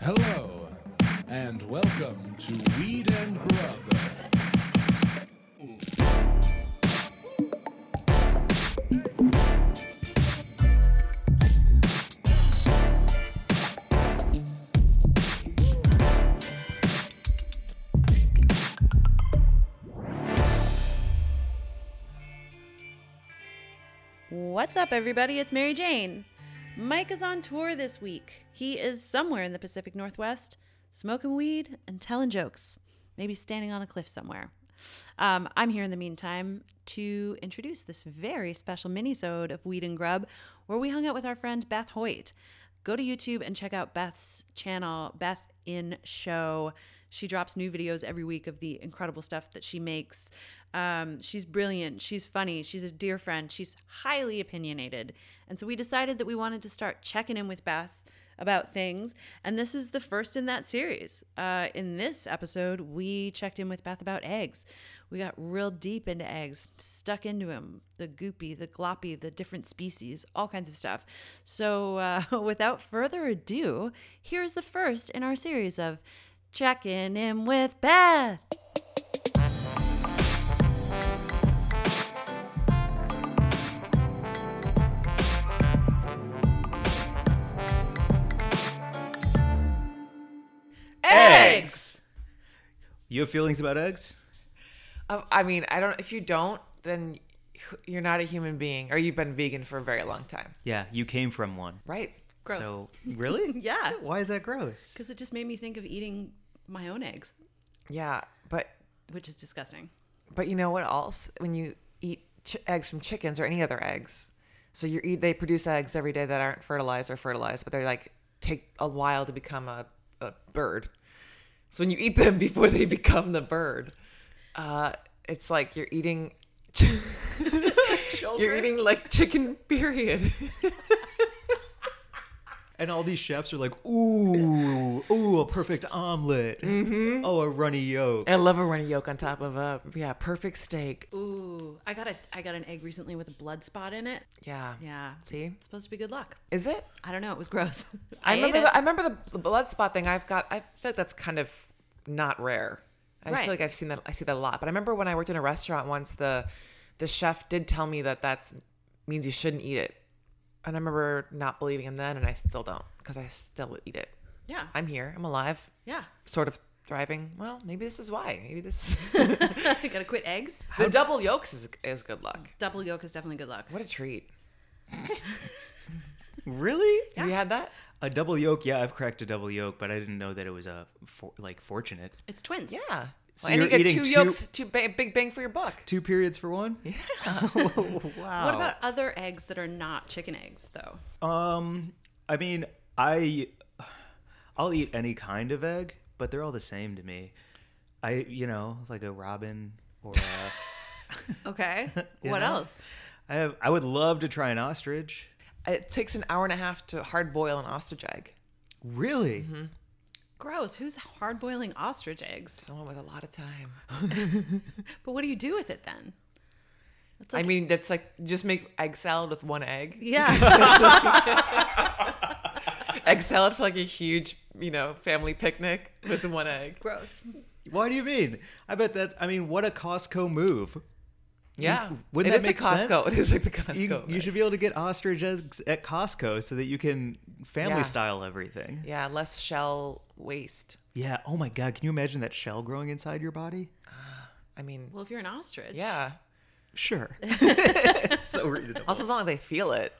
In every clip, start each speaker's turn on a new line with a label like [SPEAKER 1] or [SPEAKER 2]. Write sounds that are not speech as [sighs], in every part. [SPEAKER 1] Hello, and welcome to Weed and Grub.
[SPEAKER 2] What's up, everybody? It's Mary Jane. Mike is on tour this week. He is somewhere in the Pacific Northwest, smoking weed and telling jokes, maybe standing on a cliff somewhere. Um, I'm here in the meantime to introduce this very special mini-sode of Weed and Grub, where we hung out with our friend Beth Hoyt. Go to YouTube and check out Beth's channel, Beth in Show. She drops new videos every week of the incredible stuff that she makes. Um, she's brilliant. She's funny. She's a dear friend. She's highly opinionated. And so we decided that we wanted to start checking in with Beth about things. And this is the first in that series. Uh, in this episode, we checked in with Beth about eggs. We got real deep into eggs, stuck into them the goopy, the gloppy, the different species, all kinds of stuff. So uh, [laughs] without further ado, here's the first in our series of Checking In with Beth.
[SPEAKER 3] You have feelings about eggs?
[SPEAKER 4] Um, I mean, I don't. If you don't, then you're not a human being, or you've been vegan for a very long time,
[SPEAKER 3] Yeah, you came from one.
[SPEAKER 4] right?
[SPEAKER 2] Gross.
[SPEAKER 3] So
[SPEAKER 2] [laughs]
[SPEAKER 3] really?
[SPEAKER 2] [laughs] Yeah.
[SPEAKER 3] Why is that gross?
[SPEAKER 2] Because it just made me think of eating my own eggs,
[SPEAKER 4] Yeah, but
[SPEAKER 2] which is disgusting.
[SPEAKER 4] but you know what else? When you eat ch- eggs from chickens or any other eggs, so you eat they produce eggs every day that aren't fertilized or fertilized, but they're like take a while to become a, a bird. So when you eat them [laughs] before they become the bird, uh, it's like you're eating. [laughs] you're eating like chicken. Period.
[SPEAKER 3] And all these chefs are like, ooh, ooh, a perfect omelet. Mm-hmm. Oh, a runny yolk.
[SPEAKER 4] I love a runny yolk on top of a yeah perfect steak.
[SPEAKER 2] Ooh, I got a I got an egg recently with a blood spot in it.
[SPEAKER 4] Yeah.
[SPEAKER 2] Yeah,
[SPEAKER 4] See?
[SPEAKER 2] it's supposed to be good luck.
[SPEAKER 4] Is it?
[SPEAKER 2] I don't know. It was gross. [laughs]
[SPEAKER 4] I,
[SPEAKER 2] ate
[SPEAKER 4] remember
[SPEAKER 2] it.
[SPEAKER 4] the, I remember the bl- blood spot thing. I've got I feel like that's kind of not rare. I
[SPEAKER 2] Right.
[SPEAKER 4] feel like I've seen that I see that a lot. But I remember when I worked in a restaurant once the the chef did tell me that that's means you shouldn't eat it. And I remember not believing him then and I still don't cuz I still eat it.
[SPEAKER 2] yeah,
[SPEAKER 4] I'm here. I'm alive.
[SPEAKER 2] [laughs] yeah.
[SPEAKER 4] Sort of thriving. Well, maybe this is why. Maybe this
[SPEAKER 2] [laughs] I gotta quit eggs.
[SPEAKER 4] The double yolks is is good luck.
[SPEAKER 2] Double yolk is definitely good luck.
[SPEAKER 4] What a treat.
[SPEAKER 3] Really?
[SPEAKER 4] Have you had that?
[SPEAKER 3] A double yolk? Yeah, I've cracked a double yolk, but I didn't know that it was a for, like fortunate.
[SPEAKER 2] It's twins.
[SPEAKER 4] Yeah.
[SPEAKER 3] So
[SPEAKER 4] and you
[SPEAKER 3] you're
[SPEAKER 4] get
[SPEAKER 3] eating
[SPEAKER 4] two,
[SPEAKER 3] two-
[SPEAKER 4] yolks, two ba- big bang for your buck.
[SPEAKER 3] Two periods for one? Yeah. wow.
[SPEAKER 2] What about other eggs that are not chicken eggs though?
[SPEAKER 3] Um, I mean, I I'll eat any kind of egg, but they're all the same to me. I, you know, like a robin or a
[SPEAKER 2] Okay.
[SPEAKER 3] You
[SPEAKER 2] what
[SPEAKER 3] know?
[SPEAKER 2] else?
[SPEAKER 3] I have, I would love to try an ostrich.
[SPEAKER 4] It takes an hour and a half to hard boil an ostrich egg.
[SPEAKER 3] Really?
[SPEAKER 4] Mm-hmm.
[SPEAKER 2] Gross. Who's hard boiling ostrich eggs?
[SPEAKER 4] Someone with a lot of time.
[SPEAKER 2] But what do you do with it then?
[SPEAKER 4] I mean, that's like just make egg salad with one egg.
[SPEAKER 2] Yeah.
[SPEAKER 4] Egg salad for like a huge, you know, family picnic with one
[SPEAKER 2] [laughs]
[SPEAKER 4] egg.
[SPEAKER 2] Gross.
[SPEAKER 3] Why do you mean? I bet that. I mean, what a Costco move.
[SPEAKER 4] Yeah,
[SPEAKER 3] wouldn't
[SPEAKER 4] It
[SPEAKER 3] that
[SPEAKER 4] is
[SPEAKER 3] make
[SPEAKER 4] a Costco. It is like the Costco.
[SPEAKER 3] You, you
[SPEAKER 4] right?
[SPEAKER 3] should be able to get ostrich eggs at Costco so that you can family
[SPEAKER 4] Yeah.
[SPEAKER 3] style everything.
[SPEAKER 4] Yeah, less shell waste.
[SPEAKER 3] Yeah. Oh my God. Can you imagine that shell growing inside your body?
[SPEAKER 4] I mean,
[SPEAKER 2] Well, if you're an ostrich.
[SPEAKER 4] yeah. [laughs]
[SPEAKER 3] Sure. [laughs] it's so reasonable.
[SPEAKER 4] Also, as long as they feel it.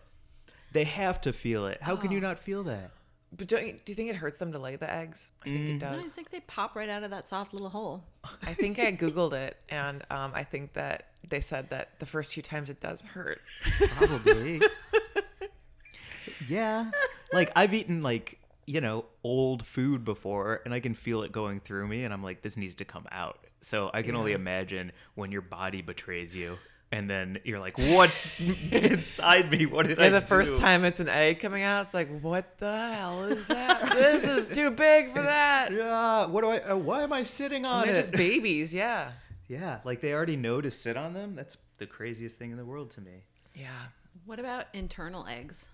[SPEAKER 3] they have to feel it. How
[SPEAKER 4] Oh.
[SPEAKER 3] can you not feel that?
[SPEAKER 4] But don't you, do you think it hurts them to lay the eggs? Mm. I think it does.
[SPEAKER 2] I think they pop right out of that soft little hole.
[SPEAKER 4] I think I googled it, and um, I think that they said that the first few times it does hurt.
[SPEAKER 3] Probably. [laughs] yeah. Like I've eaten like, you know, old food before and I can feel it going through me and I'm like this needs to come out. So I can only imagine when your body betrays you and then you're like what's [laughs] inside me? What did I
[SPEAKER 4] And the first
[SPEAKER 3] do?"
[SPEAKER 4] time it's an egg coming out, it's like, what the hell is that? this is too big for
[SPEAKER 3] [laughs]
[SPEAKER 4] that.
[SPEAKER 3] Yeah, what do I uh, why am I sitting on
[SPEAKER 4] And
[SPEAKER 3] it?
[SPEAKER 4] they're just babies, yeah.
[SPEAKER 3] yeah, like they already know to sit on them. That's the craziest thing in the world to me.
[SPEAKER 4] Yeah.
[SPEAKER 2] What about internal eggs?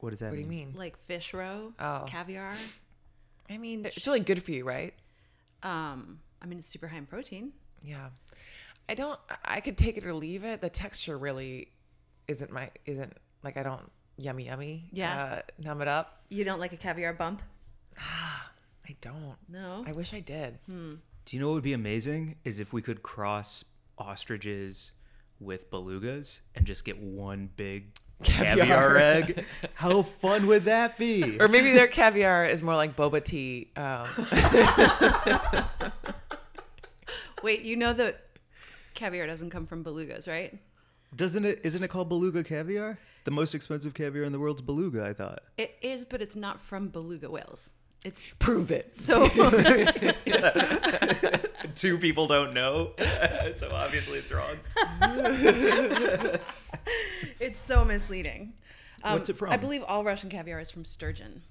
[SPEAKER 3] What does that
[SPEAKER 4] What do you mean?
[SPEAKER 2] Like fish roe,
[SPEAKER 4] Oh.
[SPEAKER 2] caviar?
[SPEAKER 4] I mean, they're- it's really good for you, right?
[SPEAKER 2] Um, I mean, it's super high in protein.
[SPEAKER 4] Yeah. I don't I- I could take it or leave it. The texture really isn't my isn't like I don't yummy yummy.
[SPEAKER 2] Yeah.
[SPEAKER 4] Uh, numb it up.
[SPEAKER 2] You don't like a caviar bump?
[SPEAKER 4] I don't.
[SPEAKER 2] No.
[SPEAKER 4] I wish I did.
[SPEAKER 3] Do you know what would be amazing is if we could cross ostriches with belugas and just get one big caviar,
[SPEAKER 4] Caviar.
[SPEAKER 3] egg? [laughs] How fun would that be?
[SPEAKER 4] Or maybe their caviar is more like boba tea. Um,
[SPEAKER 2] Wait, you know that caviar doesn't come from belugas, right?
[SPEAKER 3] Doesn't it? Isn't it called beluga caviar? The most expensive caviar in the world's beluga, I thought.
[SPEAKER 2] It is, but it's not from beluga whales. It's
[SPEAKER 4] Prove it.
[SPEAKER 3] [laughs]
[SPEAKER 2] So
[SPEAKER 3] Two people don't know, [laughs] so obviously it's wrong.
[SPEAKER 2] it's so misleading. Um,
[SPEAKER 3] What's it from? Ah.
[SPEAKER 2] I believe all Russian caviar is from sturgeon,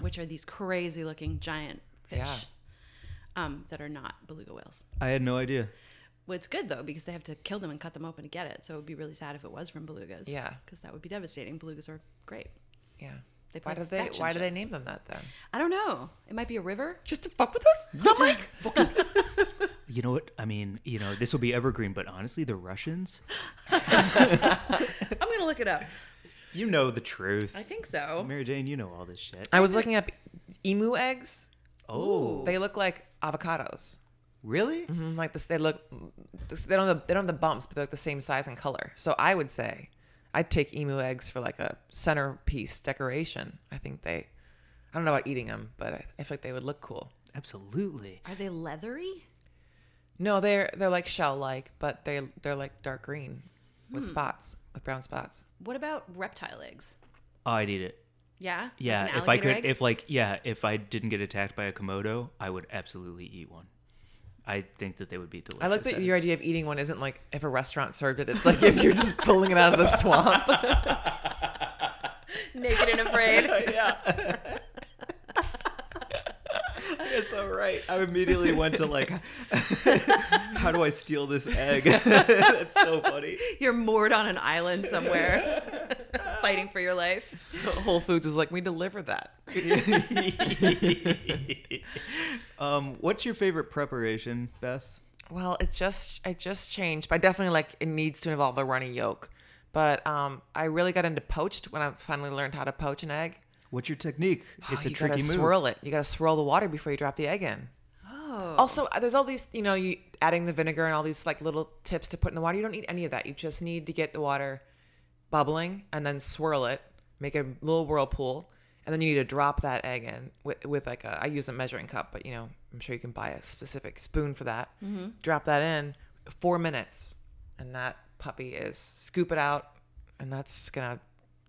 [SPEAKER 2] which are these crazy-looking giant fish
[SPEAKER 4] Yeah.
[SPEAKER 2] um, that are not beluga whales.
[SPEAKER 3] I had no idea.
[SPEAKER 2] Well, it's good though because they have to kill them and cut them open to get it. So it would be really sad if it was from belugas.
[SPEAKER 4] Yeah.
[SPEAKER 2] because that would be devastating. Belugas are great.
[SPEAKER 4] yeah.
[SPEAKER 2] They
[SPEAKER 4] why
[SPEAKER 2] play
[SPEAKER 4] do they
[SPEAKER 2] fetch and
[SPEAKER 4] why do they
[SPEAKER 2] shit.
[SPEAKER 4] name them that then?
[SPEAKER 2] I don't know. It might be a river.
[SPEAKER 4] Just to fuck with us?
[SPEAKER 3] Oh
[SPEAKER 4] No, Mike.
[SPEAKER 3] [laughs] You know what? I mean, you know, this will be evergreen, but honestly, the Russians,
[SPEAKER 2] I'm gonna look it up.
[SPEAKER 3] you know the truth.
[SPEAKER 2] I think so.
[SPEAKER 3] Mary Jane, you know all this shit.
[SPEAKER 4] I was looking up emu eggs.
[SPEAKER 3] Oh,
[SPEAKER 4] They look like avocados.
[SPEAKER 3] really?
[SPEAKER 4] Mm, Like this, they look. This, they don't. Have, they don't have the bumps, but they're like the same size and color. So I would say, I'd take emu eggs for like a centerpiece decoration. I think they. I don't know about eating them, but I, I feel like they would look cool.
[SPEAKER 3] Absolutely.
[SPEAKER 2] Are they leathery?
[SPEAKER 4] No, they're they're like shell like, but they they're like dark green with spots, with brown spots.
[SPEAKER 2] What about reptile eggs?
[SPEAKER 3] I'd eat Oh, it.
[SPEAKER 2] Yeah.
[SPEAKER 3] Yeah,
[SPEAKER 2] Like an
[SPEAKER 3] if I
[SPEAKER 2] alligator
[SPEAKER 3] could,
[SPEAKER 2] egg?
[SPEAKER 3] if like, yeah, if I didn't get attacked by a komodo, I would absolutely eat one. I think that they would be delicious.
[SPEAKER 4] I like that your
[SPEAKER 3] as-
[SPEAKER 4] idea of eating one isn't like if a restaurant served it. It's like if you're just pulling it out of the swamp. [laughs]
[SPEAKER 2] naked and
[SPEAKER 4] [laughs]
[SPEAKER 2] afraid.
[SPEAKER 3] You're so right. I immediately went to like, [laughs] how do I steal this egg? [laughs] That's so [laughs] funny.
[SPEAKER 2] You're moored on an island somewhere,
[SPEAKER 4] [laughs]
[SPEAKER 2] fighting for your life.
[SPEAKER 4] Whole Foods is like, we deliver that.
[SPEAKER 3] um, what's your favorite preparation, Beth?
[SPEAKER 4] Well, it's just I just changed, but I definitely like it needs to involve a runny yolk. But um, I really got into poached when I finally learned how to poach an egg.
[SPEAKER 3] What's your technique? It's
[SPEAKER 4] Oh,
[SPEAKER 3] a
[SPEAKER 4] you
[SPEAKER 3] tricky
[SPEAKER 4] gotta
[SPEAKER 3] move.
[SPEAKER 4] swirl it. You gotta swirl the water before you drop the egg in.
[SPEAKER 2] Oh.
[SPEAKER 4] Also, uh, there's all these, you know, you adding the vinegar and all these like little tips to put in the water. You don't need any of that. You just need to get the water bubbling and then swirl it, make a little whirlpool, and then you need to drop that egg in with, with like a. I use a measuring cup, but you know, I'm sure you can buy a specific spoon for that. Drop that in, four minutes, and that puppy is scoop it out, and that's gonna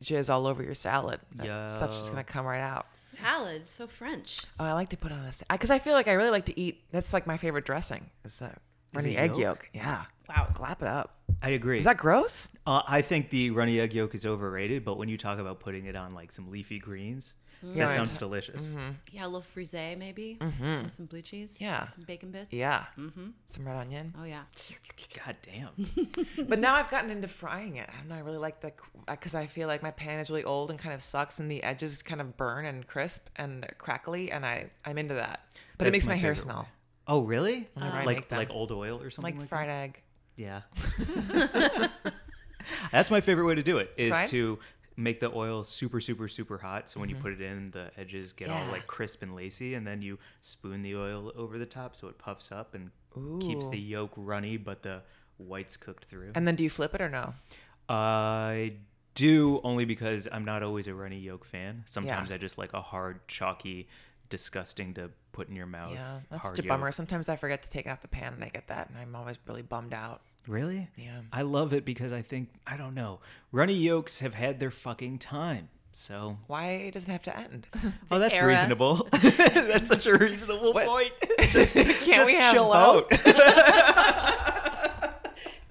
[SPEAKER 4] jizz all over your salad. That stuff's just
[SPEAKER 3] Yo.
[SPEAKER 4] gonna come right out.
[SPEAKER 2] Salad, so French.
[SPEAKER 4] Oh, I like to put on this because I feel like I really like to eat. That's like my favorite dressing. Is that runny
[SPEAKER 3] it
[SPEAKER 4] egg
[SPEAKER 3] yolk?
[SPEAKER 4] yolk? Yeah.
[SPEAKER 2] Wow.
[SPEAKER 4] Glap it up.
[SPEAKER 3] I agree.
[SPEAKER 4] Is that gross?
[SPEAKER 3] Uh, I think the runny egg yolk is overrated, but when you talk about putting it on like some leafy greens,
[SPEAKER 4] Yeah.
[SPEAKER 3] that sounds delicious.
[SPEAKER 2] Yeah, a little frise maybe with some blue cheese.
[SPEAKER 4] Mm-hmm. Yeah.
[SPEAKER 2] Some bacon bits.
[SPEAKER 4] Yeah. Mm-hmm. Some red onion.
[SPEAKER 2] Oh yeah.
[SPEAKER 4] Mm-hmm.
[SPEAKER 3] God damn.
[SPEAKER 4] But now I've gotten into frying it. I don't know. I really like the because I feel like my pan is really old and kind of sucks, and the edges kind of burn and crisp and they're crackly, and I I'm into that. But it
[SPEAKER 3] That's
[SPEAKER 4] makes
[SPEAKER 3] my
[SPEAKER 4] my, hair
[SPEAKER 3] favorite
[SPEAKER 4] smell
[SPEAKER 3] way. Oh, really?
[SPEAKER 4] Whenever I make
[SPEAKER 3] like
[SPEAKER 4] them.
[SPEAKER 3] like old oil or something
[SPEAKER 4] Mm-hmm. like,
[SPEAKER 3] like,
[SPEAKER 4] fried egg.
[SPEAKER 3] that? Yeah.
[SPEAKER 4] [laughs]
[SPEAKER 3] That's my favorite way to do it is
[SPEAKER 4] Fried? Mm-hmm.
[SPEAKER 3] to make the oil super super super hot so when you put it in the edges get all
[SPEAKER 4] Yeah.
[SPEAKER 3] like crisp and lacy and then you spoon the oil over the top so it puffs up and keeps
[SPEAKER 4] Ooh.
[SPEAKER 3] the yolk runny but the whites cooked through.
[SPEAKER 4] And then do you flip it or no?
[SPEAKER 3] I do only because I'm not always a runny yolk fan. Sometimes I just like a hard, chalky, disgusting to put in your mouth.
[SPEAKER 4] Yeah, that's
[SPEAKER 3] Oh, hard
[SPEAKER 4] such a bummer.
[SPEAKER 3] yolk.
[SPEAKER 4] Sometimes I forget to take out the pan and I get that, and I'm always really bummed out.
[SPEAKER 3] Really?
[SPEAKER 4] Yeah.
[SPEAKER 3] I love it because I think I don't know. Runny yolks have had their fucking time. So
[SPEAKER 4] Why does it have to
[SPEAKER 3] [laughs]
[SPEAKER 4] end?
[SPEAKER 3] Oh, that's
[SPEAKER 2] era.
[SPEAKER 3] reasonable. [laughs] that's such a reasonable point.
[SPEAKER 4] Can't
[SPEAKER 3] [laughs] Just
[SPEAKER 4] we have
[SPEAKER 3] chill
[SPEAKER 4] both?
[SPEAKER 3] out.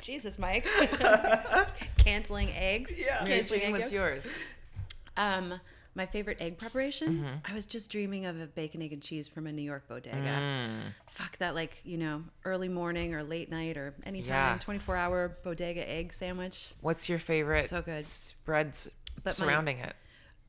[SPEAKER 2] Jesus,
[SPEAKER 4] [laughs]
[SPEAKER 2] Mike. [laughs] Canceling eggs. Yeah.
[SPEAKER 4] Mary
[SPEAKER 2] Canceling
[SPEAKER 4] Jane,
[SPEAKER 2] egg
[SPEAKER 4] what's
[SPEAKER 2] yolks.
[SPEAKER 4] yours?
[SPEAKER 2] Um, my favorite egg preparation.
[SPEAKER 4] Mm-hmm.
[SPEAKER 2] I was just dreaming of a bacon, egg, and cheese from a New York bodega.
[SPEAKER 4] Mm.
[SPEAKER 2] Fuck that, like you know, early morning or late night or anytime,
[SPEAKER 4] Yeah.
[SPEAKER 2] twenty-four hour bodega egg sandwich
[SPEAKER 4] What's your favorite
[SPEAKER 2] So good.
[SPEAKER 4] spreads
[SPEAKER 2] But my-
[SPEAKER 4] surrounding it?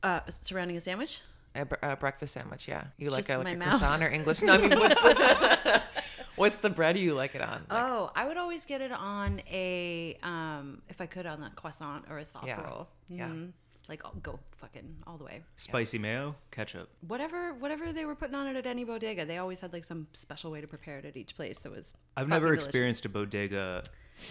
[SPEAKER 2] uh, surrounding a sandwich.
[SPEAKER 4] A, br- a breakfast sandwich, yeah. You like
[SPEAKER 2] Just
[SPEAKER 4] a, like
[SPEAKER 2] my
[SPEAKER 4] a
[SPEAKER 2] mouth.
[SPEAKER 4] croissant or English? No, I mean, what's the, [laughs] what's the bread you like it on? Like,
[SPEAKER 2] Oh, I would always get it on a, um, if I could, on a croissant or a soft
[SPEAKER 4] Yeah.
[SPEAKER 2] roll.
[SPEAKER 4] Yeah.
[SPEAKER 2] Mhm. Like I'll go fucking all the way.
[SPEAKER 3] [laughs] Spicy mayo, ketchup.
[SPEAKER 2] Whatever, whatever they were putting on it at any bodega, they always had like some special way to prepare it at each place. That was.
[SPEAKER 3] I've
[SPEAKER 2] fucking
[SPEAKER 3] never
[SPEAKER 2] delicious.
[SPEAKER 3] experienced a bodega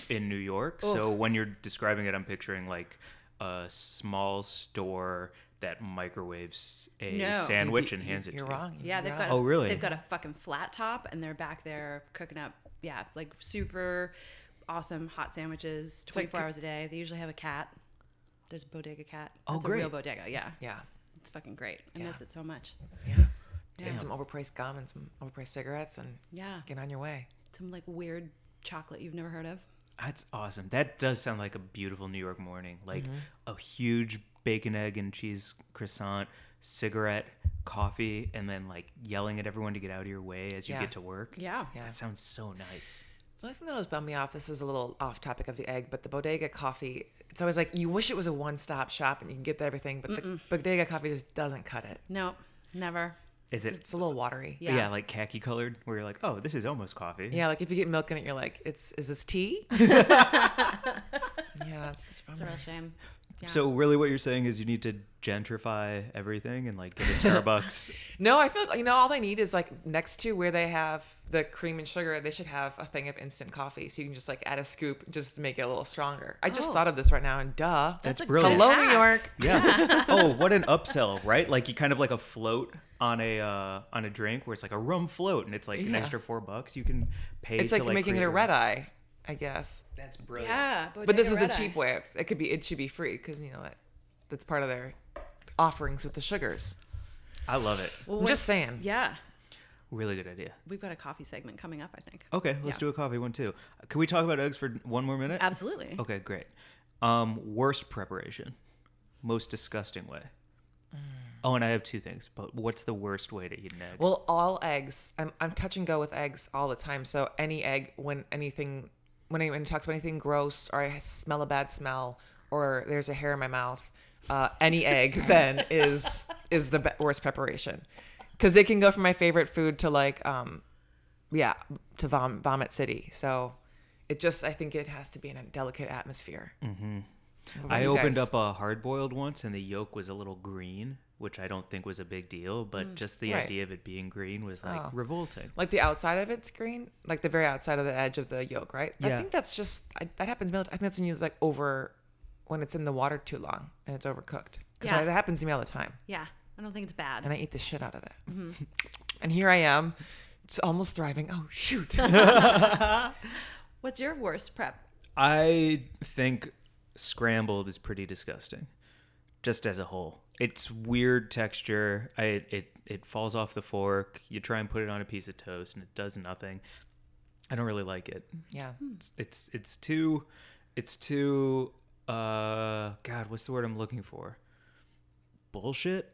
[SPEAKER 3] in New York, so when you're describing it, I'm picturing like a small store that microwaves a
[SPEAKER 2] No.
[SPEAKER 3] sandwich
[SPEAKER 4] you-
[SPEAKER 3] and hands it
[SPEAKER 4] You're
[SPEAKER 3] to you.
[SPEAKER 4] wrong.
[SPEAKER 2] Yeah,
[SPEAKER 4] you're
[SPEAKER 2] they've
[SPEAKER 4] wrong.
[SPEAKER 2] got.
[SPEAKER 3] Oh,
[SPEAKER 2] a,
[SPEAKER 3] really?
[SPEAKER 2] They've got a fucking flat top, and they're back there cooking up. Yeah, like super awesome hot sandwiches,
[SPEAKER 4] like
[SPEAKER 2] twenty four
[SPEAKER 4] cook-
[SPEAKER 2] hours a day. They usually have a cat. There's a bodega cat.
[SPEAKER 3] Oh,
[SPEAKER 2] That's A real
[SPEAKER 3] great.
[SPEAKER 2] bodega. Yeah.
[SPEAKER 4] Yeah.
[SPEAKER 2] It's fucking great. I miss it so much.
[SPEAKER 4] Yeah. And some overpriced gum and some overpriced cigarettes and
[SPEAKER 2] Yeah.
[SPEAKER 4] get on your way.
[SPEAKER 2] Some like weird chocolate you've never heard of.
[SPEAKER 3] That's awesome. That does sound like a beautiful New York morning. Like
[SPEAKER 4] Mm-hmm.
[SPEAKER 3] a huge bacon, egg, and cheese croissant, cigarette, coffee, and then like yelling at everyone to get out of your way as you
[SPEAKER 4] Yeah.
[SPEAKER 3] get to work.
[SPEAKER 2] Yeah.
[SPEAKER 4] Yeah.
[SPEAKER 3] That sounds so nice.
[SPEAKER 4] The only thing that always bummed me off, this is a little off topic of the egg, but the bodega coffee, it's always like you wish it was a one stop shop and you can get everything, but the bodega coffee just doesn't cut it.
[SPEAKER 2] No, never.
[SPEAKER 3] Is it
[SPEAKER 4] It's a little watery.
[SPEAKER 2] Yeah.
[SPEAKER 3] yeah. like khaki colored where you're like, oh, this is almost coffee.
[SPEAKER 4] Yeah, like if you get milk in it, you're like, it's is
[SPEAKER 2] [laughs]
[SPEAKER 4] this tea? [laughs] yeah, that's such
[SPEAKER 2] It's
[SPEAKER 4] a
[SPEAKER 2] a
[SPEAKER 4] bummer. [sighs]
[SPEAKER 2] real shame. Yeah.
[SPEAKER 3] So really what you're saying is you need to gentrify everything
[SPEAKER 4] [laughs]
[SPEAKER 3] and like get a Starbucks.
[SPEAKER 4] No, I feel like, you know all they need is like next to where they have the cream and sugar, they should have a thing of instant coffee, so you can just like add a scoop just to make it a little stronger. I just
[SPEAKER 2] Oh.
[SPEAKER 4] thought of this right now, and duh,
[SPEAKER 3] That's
[SPEAKER 2] a
[SPEAKER 3] brilliant.
[SPEAKER 4] hello
[SPEAKER 2] good
[SPEAKER 4] New
[SPEAKER 2] hack.
[SPEAKER 4] York.
[SPEAKER 3] Yeah.
[SPEAKER 4] [laughs]
[SPEAKER 3] oh, what an upsell, right? Like you kind of like a float on a uh, on a drink where it's like a rum float and it's like an
[SPEAKER 4] Yeah.
[SPEAKER 3] extra four bucks. You can pay.
[SPEAKER 4] It's
[SPEAKER 3] to,
[SPEAKER 4] like, making it
[SPEAKER 3] create
[SPEAKER 4] a red eye, I guess.
[SPEAKER 3] That's brilliant.
[SPEAKER 2] yeah.
[SPEAKER 4] But
[SPEAKER 2] bodega
[SPEAKER 4] this is the
[SPEAKER 2] red eye.
[SPEAKER 4] cheap way. It could be. It should be free because you know that that's part of their offerings with the sugars.
[SPEAKER 3] I love it.
[SPEAKER 2] Well,
[SPEAKER 4] I'm
[SPEAKER 2] what-
[SPEAKER 4] just saying.
[SPEAKER 2] Yeah.
[SPEAKER 3] Really good idea.
[SPEAKER 2] We've got a coffee segment coming up, I think.
[SPEAKER 3] Okay, let's
[SPEAKER 2] Yeah.
[SPEAKER 3] do a coffee one too. Can we talk about eggs for one more minute?
[SPEAKER 2] Absolutely.
[SPEAKER 3] Okay, great. Um, worst preparation, most disgusting way.
[SPEAKER 4] Mm.
[SPEAKER 3] Oh, and I have two things. But what's the worst way to eat an egg?
[SPEAKER 4] Well, all eggs. I'm I'm touch and go with eggs all the time. So any egg, when anything, when anyone talks about anything gross, or I smell a bad smell, or there's a hair in my mouth, uh, any egg then is is the be- worst preparation, because they can go from my favorite food to like, um, yeah, to vom- vomit city. So. It just, I think it has to be in a delicate atmosphere. Mm-hmm.
[SPEAKER 3] I opened up a hard boiled once and the yolk was a little green, which I don't think was a big deal, but just the
[SPEAKER 4] Mm, Right.
[SPEAKER 3] idea of it being green was like
[SPEAKER 4] Oh.
[SPEAKER 3] revolting.
[SPEAKER 4] like the outside of it's green, like the very outside of the edge of the yolk, right?
[SPEAKER 3] Yeah.
[SPEAKER 4] I think that's just I, that happens. mil- I think that's when you use, like over when it's in the water too long and it's overcooked. Because
[SPEAKER 2] Yeah.
[SPEAKER 4] that happens to me all the time,
[SPEAKER 2] Yeah. I don't think it's bad.
[SPEAKER 4] and I eat the shit out of it.
[SPEAKER 2] Mm-hmm.
[SPEAKER 4] [laughs] and here I am, it's almost thriving. Oh
[SPEAKER 2] [laughs]
[SPEAKER 4] shoot!
[SPEAKER 2] Hmm. What's your worst prep?
[SPEAKER 3] I think scrambled is pretty disgusting, just as a whole. It's weird texture. I, it it falls off the fork. You try and put it on a piece of toast, and it does nothing. I don't really like it.
[SPEAKER 4] yeah,
[SPEAKER 3] It's it's, it's too, it's too. Uh, God, what's the word I'm looking for? Bullshit.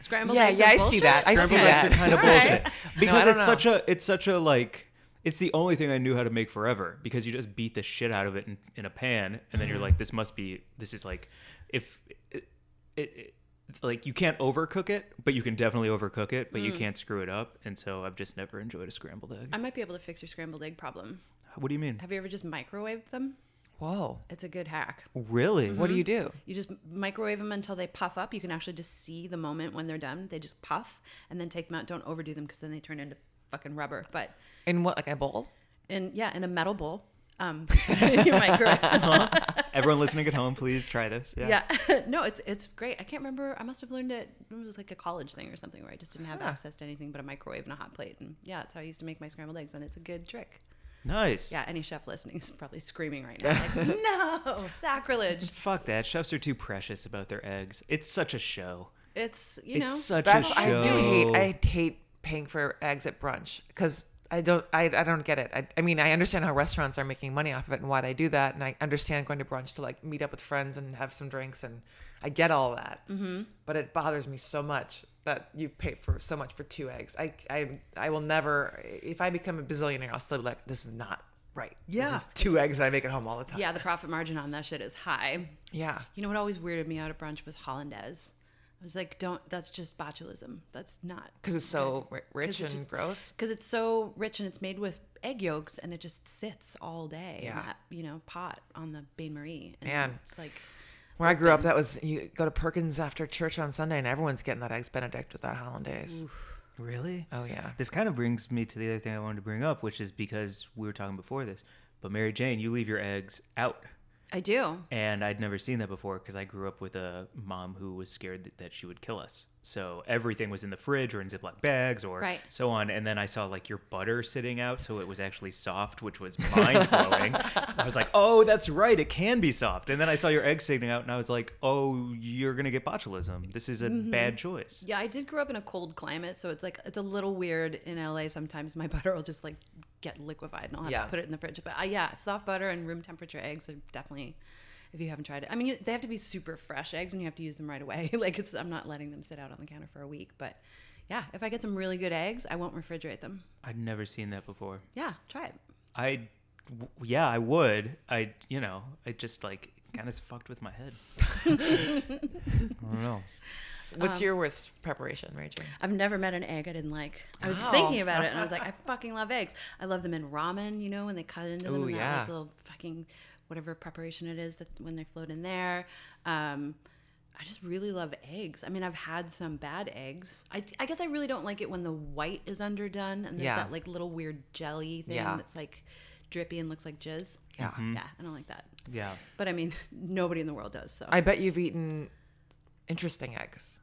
[SPEAKER 2] Scrambled
[SPEAKER 4] yeah,
[SPEAKER 2] eggs
[SPEAKER 4] yeah.
[SPEAKER 2] are
[SPEAKER 4] I see that.
[SPEAKER 2] bullshit?
[SPEAKER 4] I see
[SPEAKER 3] Scrambled eggs
[SPEAKER 4] that.
[SPEAKER 3] are kind of bullshit because
[SPEAKER 4] don't
[SPEAKER 3] it's
[SPEAKER 4] know.
[SPEAKER 3] such a it's such a like it's the only thing I knew how to make forever because you just beat the shit out of it in, in a pan and then you're
[SPEAKER 4] Mm-hmm.
[SPEAKER 3] like this must be this is like if it, it, it like you can't overcook it but you can definitely overcook it but you
[SPEAKER 4] Mm.
[SPEAKER 3] can't screw it up and so I've just never enjoyed a scrambled egg.
[SPEAKER 2] I might be able to fix your scrambled egg problem.
[SPEAKER 3] what do you mean?
[SPEAKER 2] Have you ever just microwaved them?
[SPEAKER 4] Whoa.
[SPEAKER 2] It's a good hack.
[SPEAKER 4] [laughs]
[SPEAKER 3] Really?
[SPEAKER 4] What do
[SPEAKER 2] Mm-hmm.
[SPEAKER 4] you do?
[SPEAKER 2] You just microwave them until they puff up. You can actually just see the moment when they're done. They just puff and then take them out. Don't overdo them because then they turn into fucking rubber. But
[SPEAKER 4] In what, like a bowl?
[SPEAKER 2] in yeah, in a metal bowl, um, [laughs] you microwave.
[SPEAKER 3] Uh-huh. Everyone listening at home, please try this. Yeah.
[SPEAKER 2] Yeah, [laughs] no, it's it's great. I can't remember. I must have learned it. It was like a college thing or something where I just didn't have access to anything but a microwave and a hot plate. And yeah, that's how I used to make my scrambled eggs. And it's a good trick.
[SPEAKER 3] Nice.
[SPEAKER 2] Yeah, any chef listening is probably screaming right now,
[SPEAKER 3] [laughs]
[SPEAKER 2] like, no, sacrilege.
[SPEAKER 3] Fuck that. Chefs are too precious about their eggs. It's such a show.
[SPEAKER 2] It's you
[SPEAKER 3] It's
[SPEAKER 2] know,
[SPEAKER 3] such
[SPEAKER 4] That's
[SPEAKER 3] a
[SPEAKER 4] I
[SPEAKER 3] show.
[SPEAKER 4] do hate. I hate paying for eggs at brunch because I don't. I, I don't get it. I, I mean, I understand how restaurants are making money off of it and why they do that, and I understand going to brunch to like meet up with friends and have some drinks, and I get all that. Mm-hmm. But it bothers me so much that you pay for so much for two eggs. I I I will never. If I become a bazillionaire, I'll still be like, this is not Right.
[SPEAKER 5] Yeah.
[SPEAKER 4] This is two eggs that I make at home all the time.
[SPEAKER 2] Yeah, the profit margin on that shit is high.
[SPEAKER 4] Yeah.
[SPEAKER 2] You know what always weirded me out at brunch was hollandaise. I was like, don't. That's just botulism. That's not
[SPEAKER 4] Because it's so ri- rich
[SPEAKER 2] it
[SPEAKER 4] and
[SPEAKER 2] just-
[SPEAKER 4] gross.
[SPEAKER 2] because it's so rich and it's made with egg yolks and it just sits all day
[SPEAKER 4] Yeah.
[SPEAKER 2] in that you know pot on the bain marie. And
[SPEAKER 4] Man.
[SPEAKER 2] it's like
[SPEAKER 4] Where I grew up, that was you go to Perkins after church on Sunday, and everyone's getting that eggs Benedict with that hollandaise.
[SPEAKER 3] Really?
[SPEAKER 4] Oh yeah.
[SPEAKER 3] This kind of brings me to the other thing I wanted to bring up, which is because we were talking before this, but Mary Jane, you leave your eggs out.
[SPEAKER 2] I do.
[SPEAKER 3] And I'd never seen that before because I grew up with a mom who was scared that, that she would kill us. So everything was in the fridge or in Ziploc bags or
[SPEAKER 2] Right.
[SPEAKER 3] so on. And then I saw like your butter sitting out, so it was actually soft, which was mind blowing. I was like, oh, that's right, it can be soft. And then I saw your egg sitting out, and I was like, oh, you're gonna get botulism. This is a bad choice.
[SPEAKER 2] Yeah, I did grow up in a cold climate, so it's like it's a little weird in LA. Sometimes my [laughs] butter will just like get liquefied, and I'll have
[SPEAKER 4] Yeah.
[SPEAKER 2] to put it in the fridge. But uh, yeah, soft butter and room temperature eggs are definitely. If you haven't tried it, I mean, you, they have to be super fresh eggs, and you have to use them right away. [laughs] like it's, I'm not letting them sit out on the counter for a week. But yeah, if I get some really good eggs, I won't refrigerate them.
[SPEAKER 3] I'd never seen that before.
[SPEAKER 2] Yeah, try it.
[SPEAKER 3] I, w- yeah, I would. I, you know, I just like kind of fucked with my head. [laughs] I don't know.
[SPEAKER 4] What's your worst preparation, Mary Jane?
[SPEAKER 2] I've never met an egg I didn't like. I was
[SPEAKER 4] Wow.
[SPEAKER 2] thinking about it and I was like, I fucking love eggs. I love them in ramen, you know, when they cut into them
[SPEAKER 4] Ooh,
[SPEAKER 2] in that
[SPEAKER 4] yeah.
[SPEAKER 2] like, little fucking whatever preparation it is that when they float in there. Um, I just really love eggs. I mean, I've had some bad eggs. I, I guess I really don't like it when the white is underdone and there's
[SPEAKER 4] Yeah.
[SPEAKER 2] that like little weird jelly thing
[SPEAKER 4] Yeah.
[SPEAKER 2] that's like drippy and looks like jizz.
[SPEAKER 4] Yeah.
[SPEAKER 2] Yeah, I don't like that.
[SPEAKER 3] Yeah.
[SPEAKER 2] But I mean, [laughs] nobody in the world does. So
[SPEAKER 4] I bet you've eaten interesting eggs.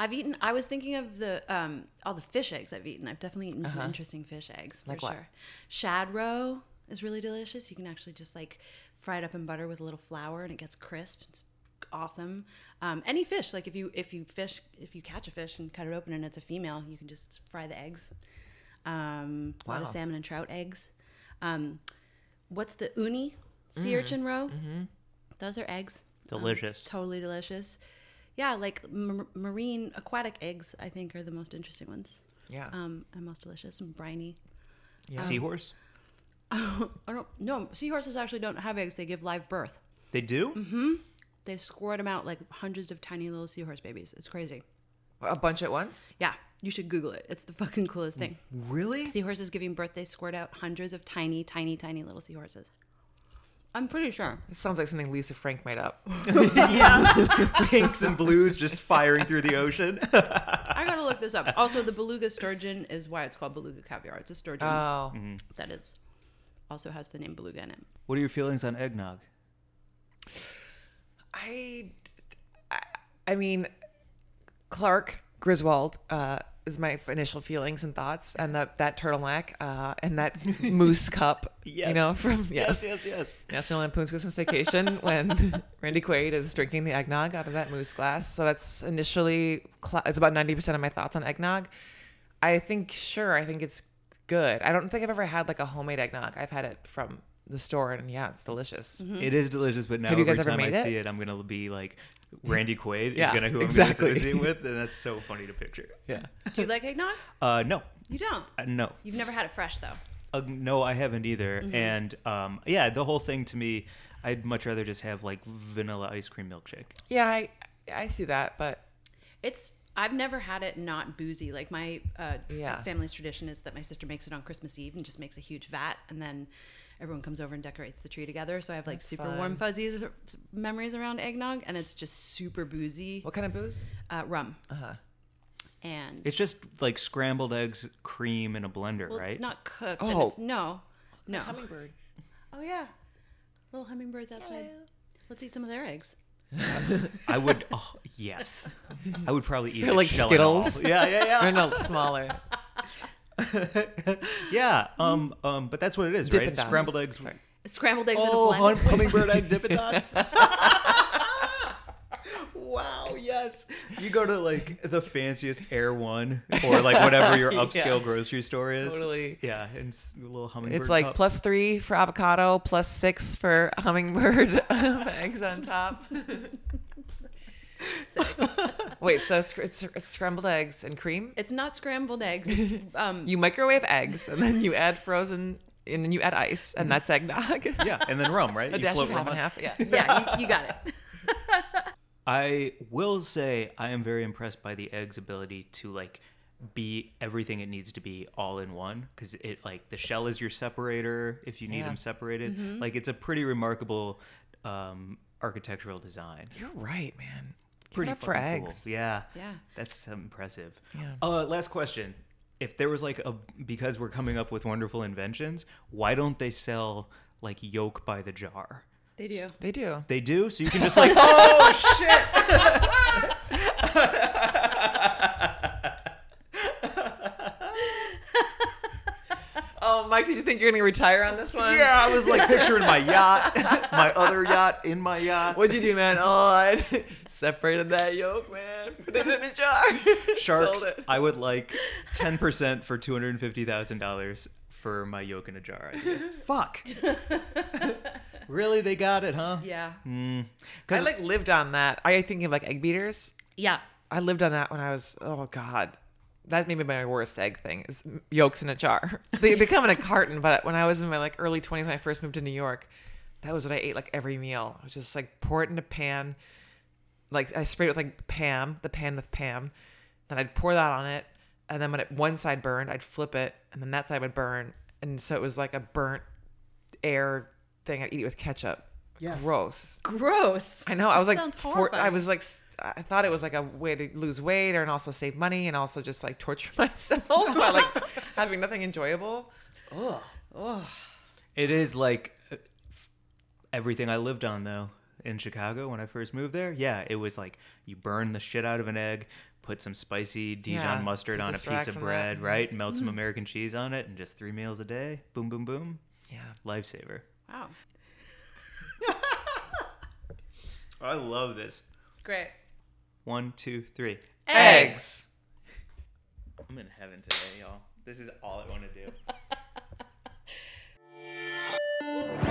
[SPEAKER 2] I've eaten. I was thinking of the um, all the fish eggs I've eaten. I've definitely eaten some interesting fish eggs for
[SPEAKER 4] Uh-huh. Like what?
[SPEAKER 2] sure. Shad roe is really delicious. You can actually just like fry it up in butter with a little flour, and it gets crisp. It's awesome. Um, any fish, like if you if you fish if you catch a fish and cut it open and it's a female, you can just fry the eggs. Um, A lot of
[SPEAKER 4] Wow.
[SPEAKER 2] salmon and trout eggs. Um, what's the uni
[SPEAKER 4] Mm.
[SPEAKER 2] sea urchin roe?
[SPEAKER 4] Mm-hmm.
[SPEAKER 2] Those are eggs.
[SPEAKER 3] Delicious.
[SPEAKER 2] Totally delicious. Yeah, like m- marine aquatic eggs, I think, are the most interesting ones
[SPEAKER 4] Yeah.
[SPEAKER 2] um, and most delicious and briny.
[SPEAKER 3] Um, Seahorse?
[SPEAKER 2] I don't, no, seahorses actually don't have eggs. They give live birth.
[SPEAKER 3] They do?
[SPEAKER 2] They squirt them out like hundreds of tiny little seahorse babies. It's crazy.
[SPEAKER 4] a bunch at once.
[SPEAKER 2] Yeah, you should Google it. It's the fucking coolest thing.
[SPEAKER 3] Mm-hmm. Really?
[SPEAKER 2] Seahorses giving birth, they squirt out hundreds of tiny, tiny, tiny little seahorses. I'm pretty sure.
[SPEAKER 4] This sounds like something Lisa Frank made [laughs] up.
[SPEAKER 3] [laughs] Pinks and blues [laughs] just firing through the ocean.
[SPEAKER 2] I gotta look this up. Also, the beluga sturgeon is why it's called beluga caviar. It's a sturgeon
[SPEAKER 4] Oh,
[SPEAKER 2] that is also has the name beluga in it.
[SPEAKER 3] [laughs] what are your feelings on eggnog?
[SPEAKER 4] I, I, I mean, Clark Griswold uh, is my initial feelings and thoughts, and that that turtleneck uh, and that [laughs] moose cup. You know
[SPEAKER 3] [laughs]
[SPEAKER 4] from yes.
[SPEAKER 3] yes, yes.
[SPEAKER 4] National Lampoon's Christmas Vacation when Randy Quaid is drinking the eggnog out of that moose glass. So that's initially cla it's about ninety percent of my thoughts on eggnog. I think sure, I think it's good. I don't think I've ever had like a homemade eggnog. I've had it from the store, and yeah, it's delicious.
[SPEAKER 3] It is delicious, but now
[SPEAKER 4] Mm-hmm. Have you guys
[SPEAKER 3] every
[SPEAKER 4] ever
[SPEAKER 3] time
[SPEAKER 4] made
[SPEAKER 3] I
[SPEAKER 4] it?
[SPEAKER 3] see it, I'm gonna be
[SPEAKER 4] [laughs]
[SPEAKER 3] like, Randy Quaid is
[SPEAKER 4] Yeah,
[SPEAKER 3] gonna who
[SPEAKER 4] exactly.
[SPEAKER 3] I'm gonna associate with, and that's so funny to picture.
[SPEAKER 4] Yeah,
[SPEAKER 2] Do you like eggnog?
[SPEAKER 3] Uh, no,
[SPEAKER 2] You don't.
[SPEAKER 3] uh, no.
[SPEAKER 2] You've never had it fresh though.
[SPEAKER 3] Uh, no, I haven't either.
[SPEAKER 2] Mm-hmm.
[SPEAKER 3] And um, yeah, the whole thing to me, I'd much rather just have like vanilla ice cream milkshake.
[SPEAKER 4] yeah, I I see that, but
[SPEAKER 2] It's I've never had it not boozy. Like my uh,
[SPEAKER 4] Yeah.
[SPEAKER 2] family's tradition is that my sister makes it on Christmas Eve and just makes a huge vat, and then everyone comes over and decorates the tree together. So I have like super warm fuzzies or s- memories around eggnog, and it's just super boozy
[SPEAKER 4] what kind of booze?
[SPEAKER 2] uh, rum. Uh
[SPEAKER 4] Uh-huh.
[SPEAKER 2] huh. And
[SPEAKER 3] It's just like scrambled eggs, cream in a blender,
[SPEAKER 2] well,
[SPEAKER 3] right?
[SPEAKER 2] it's not cooked. and
[SPEAKER 4] Oh.
[SPEAKER 2] it's, no, no.
[SPEAKER 4] Hummingbird.
[SPEAKER 2] Oh yeah, little hummingbirds outside. Let's eat some of their eggs.
[SPEAKER 3] I would, oh,
[SPEAKER 2] [laughs]
[SPEAKER 3] yes, I would probably eat.
[SPEAKER 4] They're
[SPEAKER 3] a
[SPEAKER 4] like
[SPEAKER 3] shell and all.
[SPEAKER 4] Skittles.
[SPEAKER 3] Yeah, yeah, yeah.
[SPEAKER 4] They're no smaller.
[SPEAKER 3] Yeah, um, um, but that's what it is,
[SPEAKER 4] Dippin'
[SPEAKER 3] right?
[SPEAKER 4] Dots.
[SPEAKER 3] Scrambled eggs.
[SPEAKER 2] Scrambled eggs
[SPEAKER 3] Oh,
[SPEAKER 2] in a blender.
[SPEAKER 3] hum- hummingbird
[SPEAKER 2] [laughs]
[SPEAKER 3] egg dippin' dots. wow, yes. You go to like the fanciest Air One or like whatever
[SPEAKER 2] [laughs]
[SPEAKER 3] your upscale grocery store is.
[SPEAKER 4] Totally.
[SPEAKER 3] Yeah, and s- a little hummingbird.
[SPEAKER 4] It's like
[SPEAKER 3] cup.
[SPEAKER 4] plus three for avocado, plus six for [laughs] hummingbird eggs on top. Wait, so sc- it's, it's scrambled eggs and cream?
[SPEAKER 3] [laughs]
[SPEAKER 2] It's not scrambled eggs. It's, um,
[SPEAKER 4] You microwave eggs and then you add frozen and then you add ice, and that's eggnog. [laughs]
[SPEAKER 3] Yeah, and then rum, right?
[SPEAKER 4] a dash of half
[SPEAKER 3] on.
[SPEAKER 4] and half. Yeah.
[SPEAKER 2] Yeah, you, you got it.
[SPEAKER 3] I will say I am very impressed by the egg's ability to like be everything it needs to be all in one because it like the shell is your separator if you need
[SPEAKER 4] Yeah. Mm-hmm.
[SPEAKER 3] them separated. Like it's a pretty remarkable um, architectural design.
[SPEAKER 4] You're right, man. Give it
[SPEAKER 3] Pretty
[SPEAKER 4] up for
[SPEAKER 3] fucking cool.
[SPEAKER 4] eggs.
[SPEAKER 3] Yeah.
[SPEAKER 2] Yeah.
[SPEAKER 3] That's impressive.
[SPEAKER 4] Yeah.
[SPEAKER 3] Uh, last question. If there was like a because we're coming up with wonderful inventions, why don't they sell like yolk by the jar?
[SPEAKER 2] They do.
[SPEAKER 4] They do.
[SPEAKER 3] They do, so you can just like, [laughs] oh shit.
[SPEAKER 4] [laughs] Oh, Mike, did you think you're going to retire on this one?
[SPEAKER 3] Yeah, I was like picturing my yacht, [laughs] my other yacht in my yacht.
[SPEAKER 4] What'd you do, man? Oh, I [laughs] separated that yolk, man. [laughs] Put it in a jar.
[SPEAKER 3] Sharks,
[SPEAKER 4] Sold it.
[SPEAKER 3] I would like 10% for $250,000 for my yolk in a jar.
[SPEAKER 4] [laughs]
[SPEAKER 3] idea. Fuck. really? They got it, huh?
[SPEAKER 2] Yeah.
[SPEAKER 4] I
[SPEAKER 3] [laughs] 'Cause-
[SPEAKER 4] like lived on that. Are you thinking of like egg beaters?
[SPEAKER 2] Yeah.
[SPEAKER 4] I lived on that when I was oh god. That's maybe my worst egg thing is yolks in a jar. [laughs] They, they come in a carton, but when I was in my like early twenties when I first moved to New York, that was what I ate like every meal. I was just like pour it in a pan, like I sprayed it with like Pam, the pan with Pam, then I'd pour that on it, and then when it, one side burned, I'd flip it, and then that side would burn, and so it was like a burnt air thing. I'd eat it with ketchup.
[SPEAKER 3] Yes.
[SPEAKER 4] Gross.
[SPEAKER 2] Gross.
[SPEAKER 4] I know. I was like,
[SPEAKER 2] Sounds
[SPEAKER 4] for,
[SPEAKER 2] horrifying.
[SPEAKER 4] I was like, s- I thought it was like a way to lose weight or and also save money and also just like torture [laughs] myself
[SPEAKER 2] [laughs]
[SPEAKER 4] by like having nothing enjoyable.
[SPEAKER 3] It is like uh, everything I lived on though in Chicago when I first moved there. Yeah, it was like you burn the shit out of an egg, put some spicy Dijon
[SPEAKER 4] Yeah,
[SPEAKER 3] mustard
[SPEAKER 4] to
[SPEAKER 3] on a
[SPEAKER 4] distract
[SPEAKER 3] piece of
[SPEAKER 4] from that. Mm.
[SPEAKER 3] bread, right? Melt some American cheese on it, and just three meals a day. Boom, boom, boom.
[SPEAKER 4] Yeah.
[SPEAKER 3] Lifesaver.
[SPEAKER 2] Wow.
[SPEAKER 3] I love this.
[SPEAKER 2] Great.
[SPEAKER 3] One, two, three.
[SPEAKER 4] Eggs.
[SPEAKER 3] I'm in heaven today, y'all. This is all I want to do.